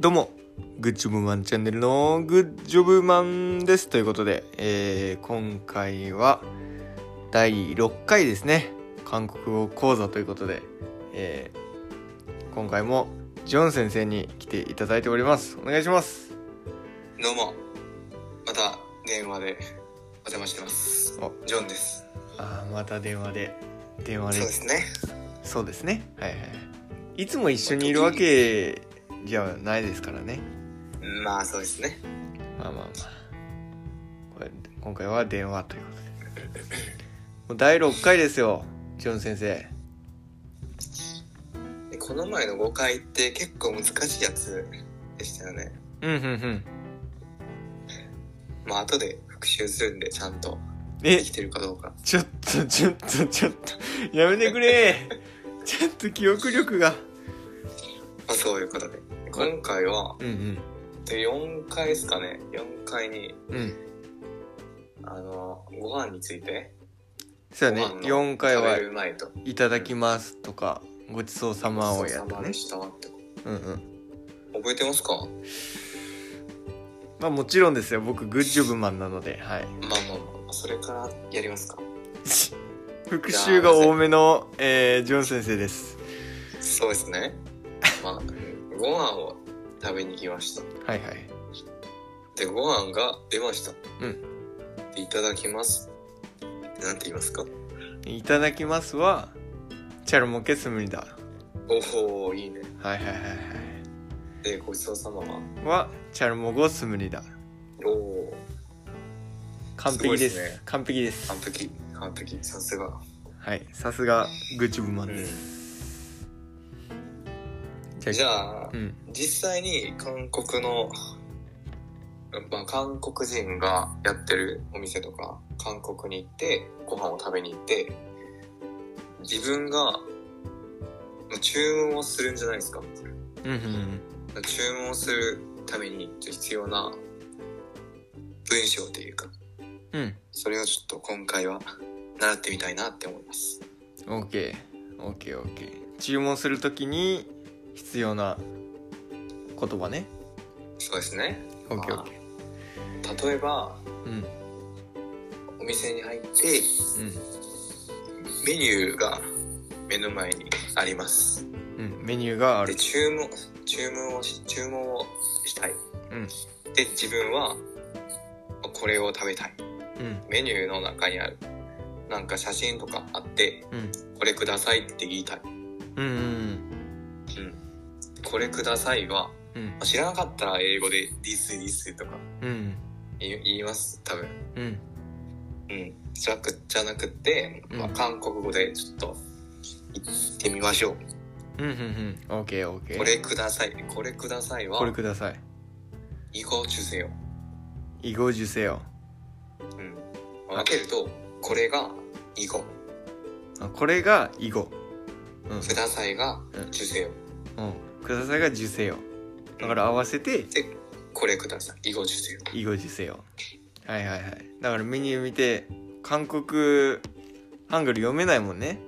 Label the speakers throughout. Speaker 1: どうも、グッジョブマンチャンネルのグッジョブマンです。ということで、えー今回は第6回ですね。韓国語講座ということで、えー今回もジョン先生に来ていただいております。お願いします。
Speaker 2: どうも。また電話でお邪魔してます
Speaker 1: お。
Speaker 2: ジョンです。
Speaker 1: あーまた電話で。電話
Speaker 2: そう
Speaker 1: で
Speaker 2: で。すね。
Speaker 1: そうですね。はいはい。いつも一緒にいるわけじゃないですからね。
Speaker 2: まあそうですね。
Speaker 1: まあまあまあこれ今回は電話ということでもう第6回ですよジョン先生
Speaker 2: でこの前の誤解って結構難しいやつでしたよね。
Speaker 1: うんうんうん
Speaker 2: まあ後で復習するんでちゃんと
Speaker 1: え
Speaker 2: できてるかどうか。
Speaker 1: ちょっとちょっとちょっとやめてくれ ちょっと記憶力が
Speaker 2: まあそういうことで。今回は
Speaker 1: うん
Speaker 2: で4回ですかね。4回に
Speaker 1: うんうん
Speaker 2: あのご飯について
Speaker 1: そうだね
Speaker 2: ご飯の
Speaker 1: 4回
Speaker 2: 食
Speaker 1: は
Speaker 2: べる前と。
Speaker 1: 「いただきます」とか「ごちそうさま」をやっ
Speaker 2: ごちそう
Speaker 1: た
Speaker 2: さま
Speaker 1: ね
Speaker 2: でしたってこ
Speaker 1: うんうん
Speaker 2: と覚えてますか？
Speaker 1: まあもちろんですよ僕グッジョブマンなのではい
Speaker 2: まあまあまあそれからやりますか。
Speaker 1: 復習が多めの、えージョン先生です
Speaker 2: そうですね。まあ、うんご飯を食べに来ました。
Speaker 1: はいはい
Speaker 2: で、ご飯が出ました。
Speaker 1: うん
Speaker 2: で。いただきます。なんて言いますか
Speaker 1: いただきますは、チャルモケスムリだ。
Speaker 2: おおいいね。
Speaker 1: はいはいは
Speaker 2: で、ごちそうさまは。
Speaker 1: いはい。は、チャルモゴスムリだ。
Speaker 2: おお
Speaker 1: 完璧です。
Speaker 2: すごいですね
Speaker 1: 完璧です。
Speaker 2: 完璧、完璧、さすが。
Speaker 1: はい。さすが、グッチョブマン
Speaker 2: う
Speaker 1: です。
Speaker 2: ん。じ
Speaker 1: じゃあ、
Speaker 2: ゃあ
Speaker 1: う、ん。
Speaker 2: 実際に韓国の、まあ、韓国人がやってるお店とか、韓国に行って、ご飯を食べに行って、自分が、まあ注文をするんじゃないですか。
Speaker 1: うんうんうん。
Speaker 2: 注文をするために必要な文章というか、
Speaker 1: うん。
Speaker 2: それをちょっと今回は習ってみたいなって思います。
Speaker 1: オッケー。オッケーオッケー。注文するときに必要な言葉ね。
Speaker 2: そうですね。
Speaker 1: オッケーオッケ
Speaker 2: 例えば、
Speaker 1: ー。うん。
Speaker 2: お店に入って、
Speaker 1: う
Speaker 2: メニューが目の前にあります。
Speaker 1: ん。うん。メニューがあ
Speaker 2: で
Speaker 1: る。
Speaker 2: 注文注文をし注文をしたい、
Speaker 1: うん
Speaker 2: で自分はこれを食べたい
Speaker 1: うん。
Speaker 2: メニューの中にあるなんか写真とかあって
Speaker 1: うん。
Speaker 2: これくださいって言いたい、
Speaker 1: うんうん
Speaker 2: これくださいは
Speaker 1: うん。
Speaker 2: 知らなかったら英語で this this とか
Speaker 1: うん。うん。
Speaker 2: 言い言います多分
Speaker 1: うん。
Speaker 2: うんじゃなくじゃなくって、まあ、
Speaker 1: うん
Speaker 2: 韓国語でちょっと言ってみましょう、
Speaker 1: うんうんうん。オッケーオッケー。
Speaker 2: これくださいこれくださいは
Speaker 1: これください。
Speaker 2: 이거주세요
Speaker 1: 이거주세요。
Speaker 2: うん分けるとこれが이거
Speaker 1: あこれが囲碁うん
Speaker 2: くださいが
Speaker 1: うん
Speaker 2: 受精を。
Speaker 1: うん、くださいが受精よだから合わせて
Speaker 2: で、これください。囲碁受精を。
Speaker 1: 囲碁受精よはいはいはいだからメニュー見て韓国ハングル読めないもんね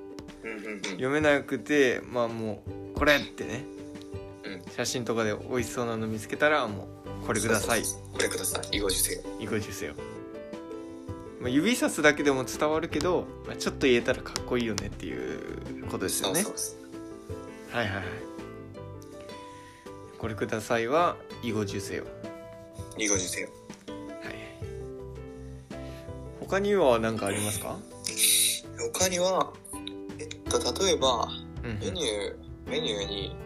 Speaker 2: うんうんうん。
Speaker 1: 読めなくてまあもうこれってね、
Speaker 2: うん
Speaker 1: 写真とかで美味しそうなの見つけたらもうこれください
Speaker 2: そうそうそうこれください。囲碁受精を。
Speaker 1: 囲碁受精よ、まあ、指さすだけでも伝わるけど、まあ、ちょっと言えたらかっこいいよねっていうことですよね
Speaker 2: そうそう
Speaker 1: はいはいはいこれくださいは囲碁受精よ
Speaker 2: そう。囲碁受精を。
Speaker 1: はい他には何かありますか
Speaker 2: 他には、えっと、例えば、
Speaker 1: う
Speaker 2: メ
Speaker 1: ん
Speaker 2: ニュー、メニューに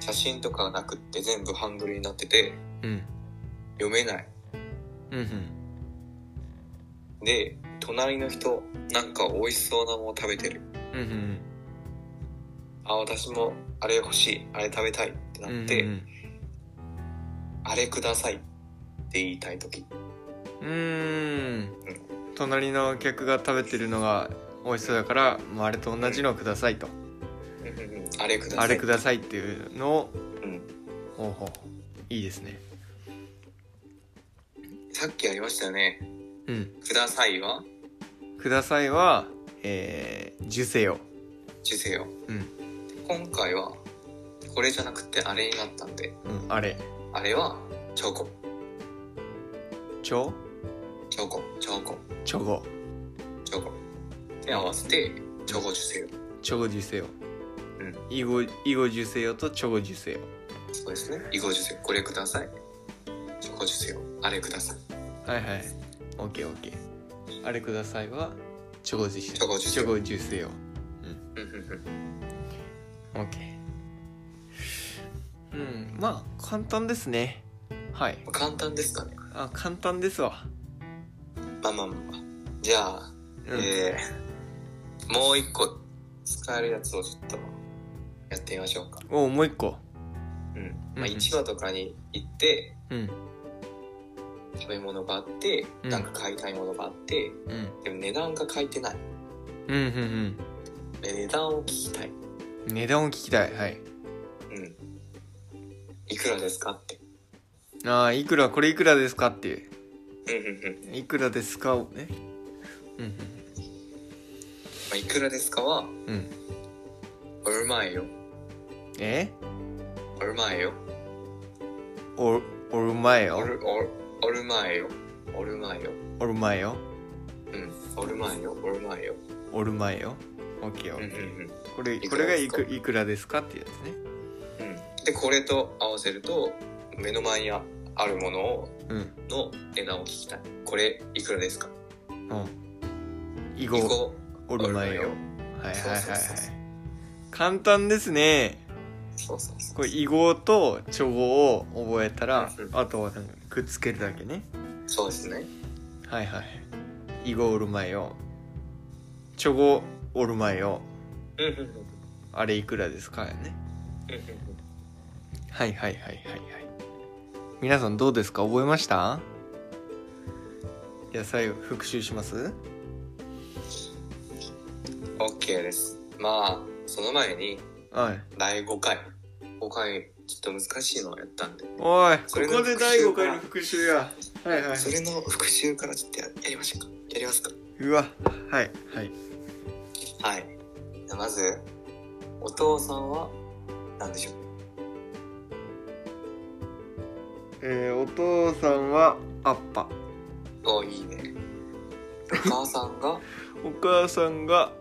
Speaker 2: 写真とかがなくって全部ハングルになってて、
Speaker 1: うん
Speaker 2: 読めない。
Speaker 1: うん
Speaker 2: で、隣の人、なんか美味しそうなもの食べてる。
Speaker 1: うんうん
Speaker 2: あ、私もあれ欲しい。あれ食べたいって
Speaker 1: うんうんう
Speaker 2: なっ
Speaker 1: ん
Speaker 2: て、あれくださいって言いたいとき。
Speaker 1: うんうん隣の客が食べてるのが美味しそうだからもうあれと同じのをくださいと
Speaker 2: うんうんうんあれください。
Speaker 1: あれくださいっていうのを
Speaker 2: うん。
Speaker 1: ほうほういいですね
Speaker 2: さっきありましたよね。
Speaker 1: うん
Speaker 2: くださいは
Speaker 1: くださいはえー、受精よ
Speaker 2: 受精を。
Speaker 1: うん
Speaker 2: 今回は、これじゃなくてあれになったんで、
Speaker 1: うんあれ
Speaker 2: あれはチョコ
Speaker 1: チョ
Speaker 2: チョコチョコ
Speaker 1: チョゴ
Speaker 2: チョコ手合わせてチョコ受精
Speaker 1: チョゴ受精よ
Speaker 2: うん
Speaker 1: イゴイゴ受精よとチョゴ受精よ
Speaker 2: そうですね囲碁受精これくださいチョコ受精あれください
Speaker 1: はいはいオッケーオッケーあれくださいはチョゴ受精
Speaker 2: チョコ受精
Speaker 1: チョゴ受精よ
Speaker 2: うんうんうん
Speaker 1: オッケーうんまあ簡単ですねはい
Speaker 2: 簡単ですかね
Speaker 1: あ簡単ですわ
Speaker 2: まあまあまあまあじゃあ、
Speaker 1: うん、
Speaker 2: えー、もう一個使えるやつをちょっとやってみましょうか
Speaker 1: おもう一個
Speaker 2: うん、まあ、
Speaker 1: うんうん
Speaker 2: 市場とかに行って
Speaker 1: うん
Speaker 2: 食べ物があって
Speaker 1: うん
Speaker 2: なんか買いたいものがあって、
Speaker 1: うん
Speaker 2: でも値段が書いてない
Speaker 1: うんうん
Speaker 2: で値段を聞きたい
Speaker 1: うん値段を聞きたいはい
Speaker 2: うんいくらですかって
Speaker 1: ああいくらこれいくらですかっていう
Speaker 2: うんうんうん、ま
Speaker 1: いくらですかをねうん
Speaker 2: あ、いくらですかは
Speaker 1: うんうん
Speaker 2: 「おるまえよ
Speaker 1: え
Speaker 2: おるまえよ
Speaker 1: おおるまえ
Speaker 2: お
Speaker 1: よ
Speaker 2: るおるおるまえよおるまえよ
Speaker 1: おるまえよ
Speaker 2: うんおるまえよおるまえよ
Speaker 1: おるまえよオッケーオ
Speaker 2: うんう
Speaker 1: ッ
Speaker 2: ん
Speaker 1: ケ
Speaker 2: う
Speaker 1: ー
Speaker 2: ん
Speaker 1: これ
Speaker 2: い
Speaker 1: こ
Speaker 2: くら
Speaker 1: れがい
Speaker 2: ですか
Speaker 1: くいくらですかっていうやつね
Speaker 2: うんでこれと合わせると目の前にあるものを
Speaker 1: うん
Speaker 2: の値段を聞きたいこれいくらですか
Speaker 1: うん囲
Speaker 2: い
Speaker 1: 碁
Speaker 2: こ
Speaker 1: おるまえよはいはいはいはい
Speaker 2: そうそうそうそう
Speaker 1: 簡単ですね
Speaker 2: そうそうそう
Speaker 1: これ囲碁と調合を覚えたら
Speaker 2: うん
Speaker 1: あとはなんかくっつけるだけね
Speaker 2: そうですね
Speaker 1: はいはい囲碁おるまえよ調合おるまえよ
Speaker 2: うんうんうん
Speaker 1: あれいくらですかやね
Speaker 2: うんうんうん
Speaker 1: はいはいはいはいはい皆さんどうですか覚えました野菜を復習します
Speaker 2: オッケーです。まあ、その前に、
Speaker 1: はい
Speaker 2: 第5回。5回、ちょっと難しいのをやったんで、
Speaker 1: おい
Speaker 2: それ
Speaker 1: こ
Speaker 2: の
Speaker 1: こで第5回の復習やはいはい
Speaker 2: それの復習からちょっとややりましょうか。やりますか。
Speaker 1: うわはいはい
Speaker 2: はい。じゃあまず、お父さんは、何でしょう。
Speaker 1: えー、お父さんはアッパ
Speaker 2: おいいね。お母さん が、
Speaker 1: お母さんが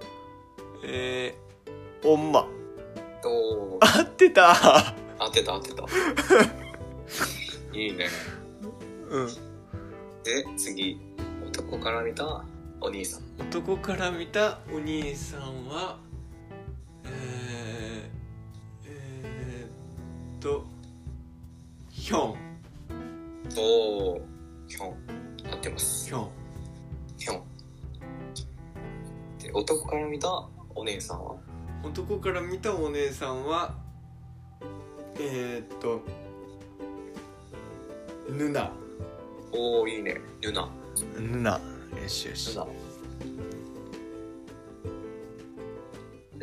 Speaker 1: えー、おんま
Speaker 2: おー、
Speaker 1: 合ってた
Speaker 2: 当てた当てた。いいね。
Speaker 1: うん
Speaker 2: で、次、男から見たお兄さん。
Speaker 1: 男から見たお兄さんはえー、えー、っとヒョン
Speaker 2: おー、ひょん。合ってます
Speaker 1: ヒ。ョン
Speaker 2: ひょん。で、男から見たお姉さんは
Speaker 1: 男から見たお姉さんはえー、っとヌナ
Speaker 2: おおいいね。ルナ。
Speaker 1: ヌナよしよし
Speaker 2: ルナ。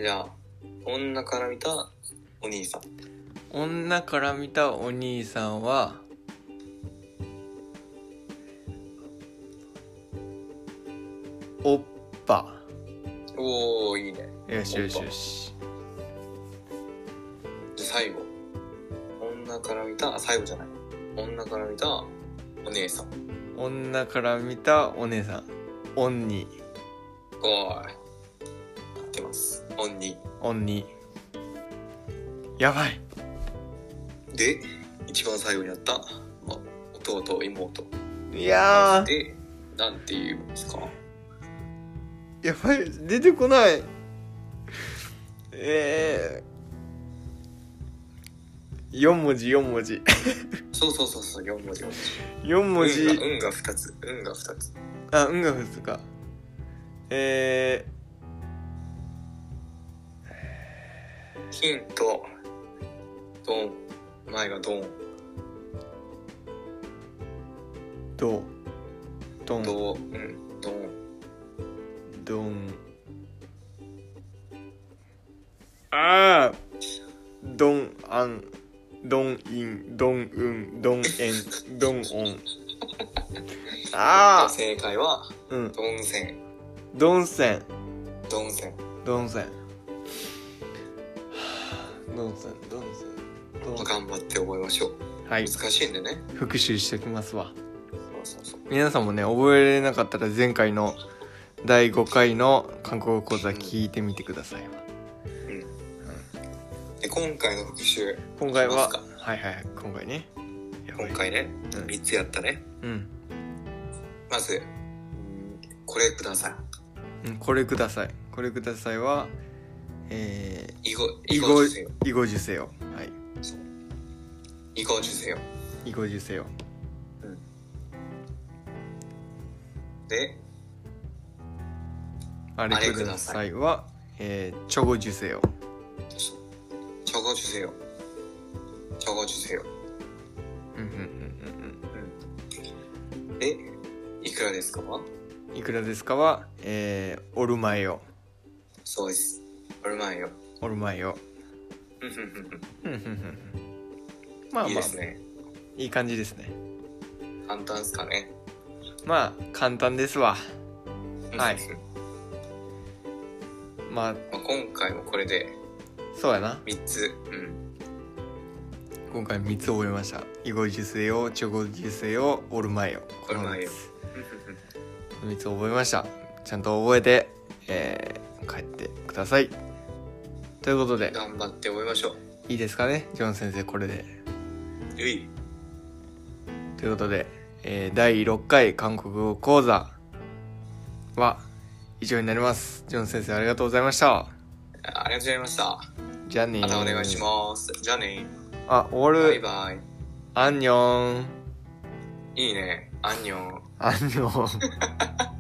Speaker 2: じゃあ、女から見たお兄さん。
Speaker 1: 女から見たお兄さんはおっぱ
Speaker 2: おおいいね。
Speaker 1: よしよしよし
Speaker 2: じゃあ最後。女から見た、あ最後じゃない。女から見たお姉さん。
Speaker 1: 女から見たお姉さんオンニ
Speaker 2: おーい。合ってます。オンに。
Speaker 1: オンニやばい
Speaker 2: で、一番最後にあった、まあ、弟、妹。
Speaker 1: いや
Speaker 2: で、なんて言うんですか
Speaker 1: ーやばい出てこないえー、4文字4文字
Speaker 2: そうそうそうそう、4文字4文字。
Speaker 1: 4文字
Speaker 2: 運が運が2つ運が2つ
Speaker 1: あ運が2日え
Speaker 2: ヒントドン前がドン
Speaker 1: ー、どうどん
Speaker 2: ドうんドン
Speaker 1: どんああどんあんどんいんどんうんどんえんどんおんああ
Speaker 2: 正解は
Speaker 1: うん
Speaker 2: ドンセン
Speaker 1: どんせん
Speaker 2: ドンセン
Speaker 1: どんせんはあどんせんどんせんと
Speaker 2: まあ頑張って覚えましょう。
Speaker 1: はい
Speaker 2: 難しいんでね。
Speaker 1: 復習しておきますわ
Speaker 2: そうそうそう。
Speaker 1: 皆さんもね覚えれなかったら前回の第5回の韓国語講座聞いてみてください
Speaker 2: で、今回の復習、
Speaker 1: 今回は
Speaker 2: しま
Speaker 1: はいはいはい今回ねやば
Speaker 2: 今
Speaker 1: い
Speaker 2: 回ね、
Speaker 1: うん
Speaker 2: 3つやったね。
Speaker 1: うん
Speaker 2: まず、うんこれくださ
Speaker 1: うんこれくださいこれくださいはえー
Speaker 2: い。囲碁、
Speaker 1: 囲
Speaker 2: 囲
Speaker 1: 碁
Speaker 2: 碁
Speaker 1: 囲碁受
Speaker 2: 受精よ。
Speaker 1: 精よはい
Speaker 2: 囲碁受精よ。
Speaker 1: 囲碁受精よ
Speaker 2: で、
Speaker 1: あれくださいはえーチョゴ受精よ
Speaker 2: そう저거주세요적어주세요
Speaker 1: うんうんうん
Speaker 2: でいくらですか
Speaker 1: うんうんいくらですかはえーオルマエよ
Speaker 2: そうです얼마예요
Speaker 1: オルマエよ
Speaker 2: ふんふんふんふん
Speaker 1: うんうんうんうんまあ
Speaker 2: いい
Speaker 1: ま
Speaker 2: で
Speaker 1: あ
Speaker 2: すね
Speaker 1: いい感じですね
Speaker 2: 簡単ですかね
Speaker 1: まあ簡単ですわはい
Speaker 2: ふんふんふん
Speaker 1: まあ
Speaker 2: まあ、今回もこれで
Speaker 1: そうやな
Speaker 2: 3つ うん
Speaker 1: 今回3つ覚えました囲碁受精よチョゴ受精よオルマエよ
Speaker 2: オルマエよ
Speaker 1: この三つ
Speaker 2: ふんふんふん
Speaker 1: 3つ覚えましたちゃんと覚えて、えー帰ってくださいということで
Speaker 2: 頑張って覚えましょう
Speaker 1: いいですかねジョン先生これで
Speaker 2: ゆい
Speaker 1: ということで、えー第6回韓国語講座は以上になりますジョン先生ありがとうございました
Speaker 2: あありがとうございました
Speaker 1: じゃあねー
Speaker 2: またお願いしますじゃあね
Speaker 1: あ終わ
Speaker 2: バイ
Speaker 1: る
Speaker 2: バイ
Speaker 1: アンニョン
Speaker 2: いいねあんにょん
Speaker 1: アンニョン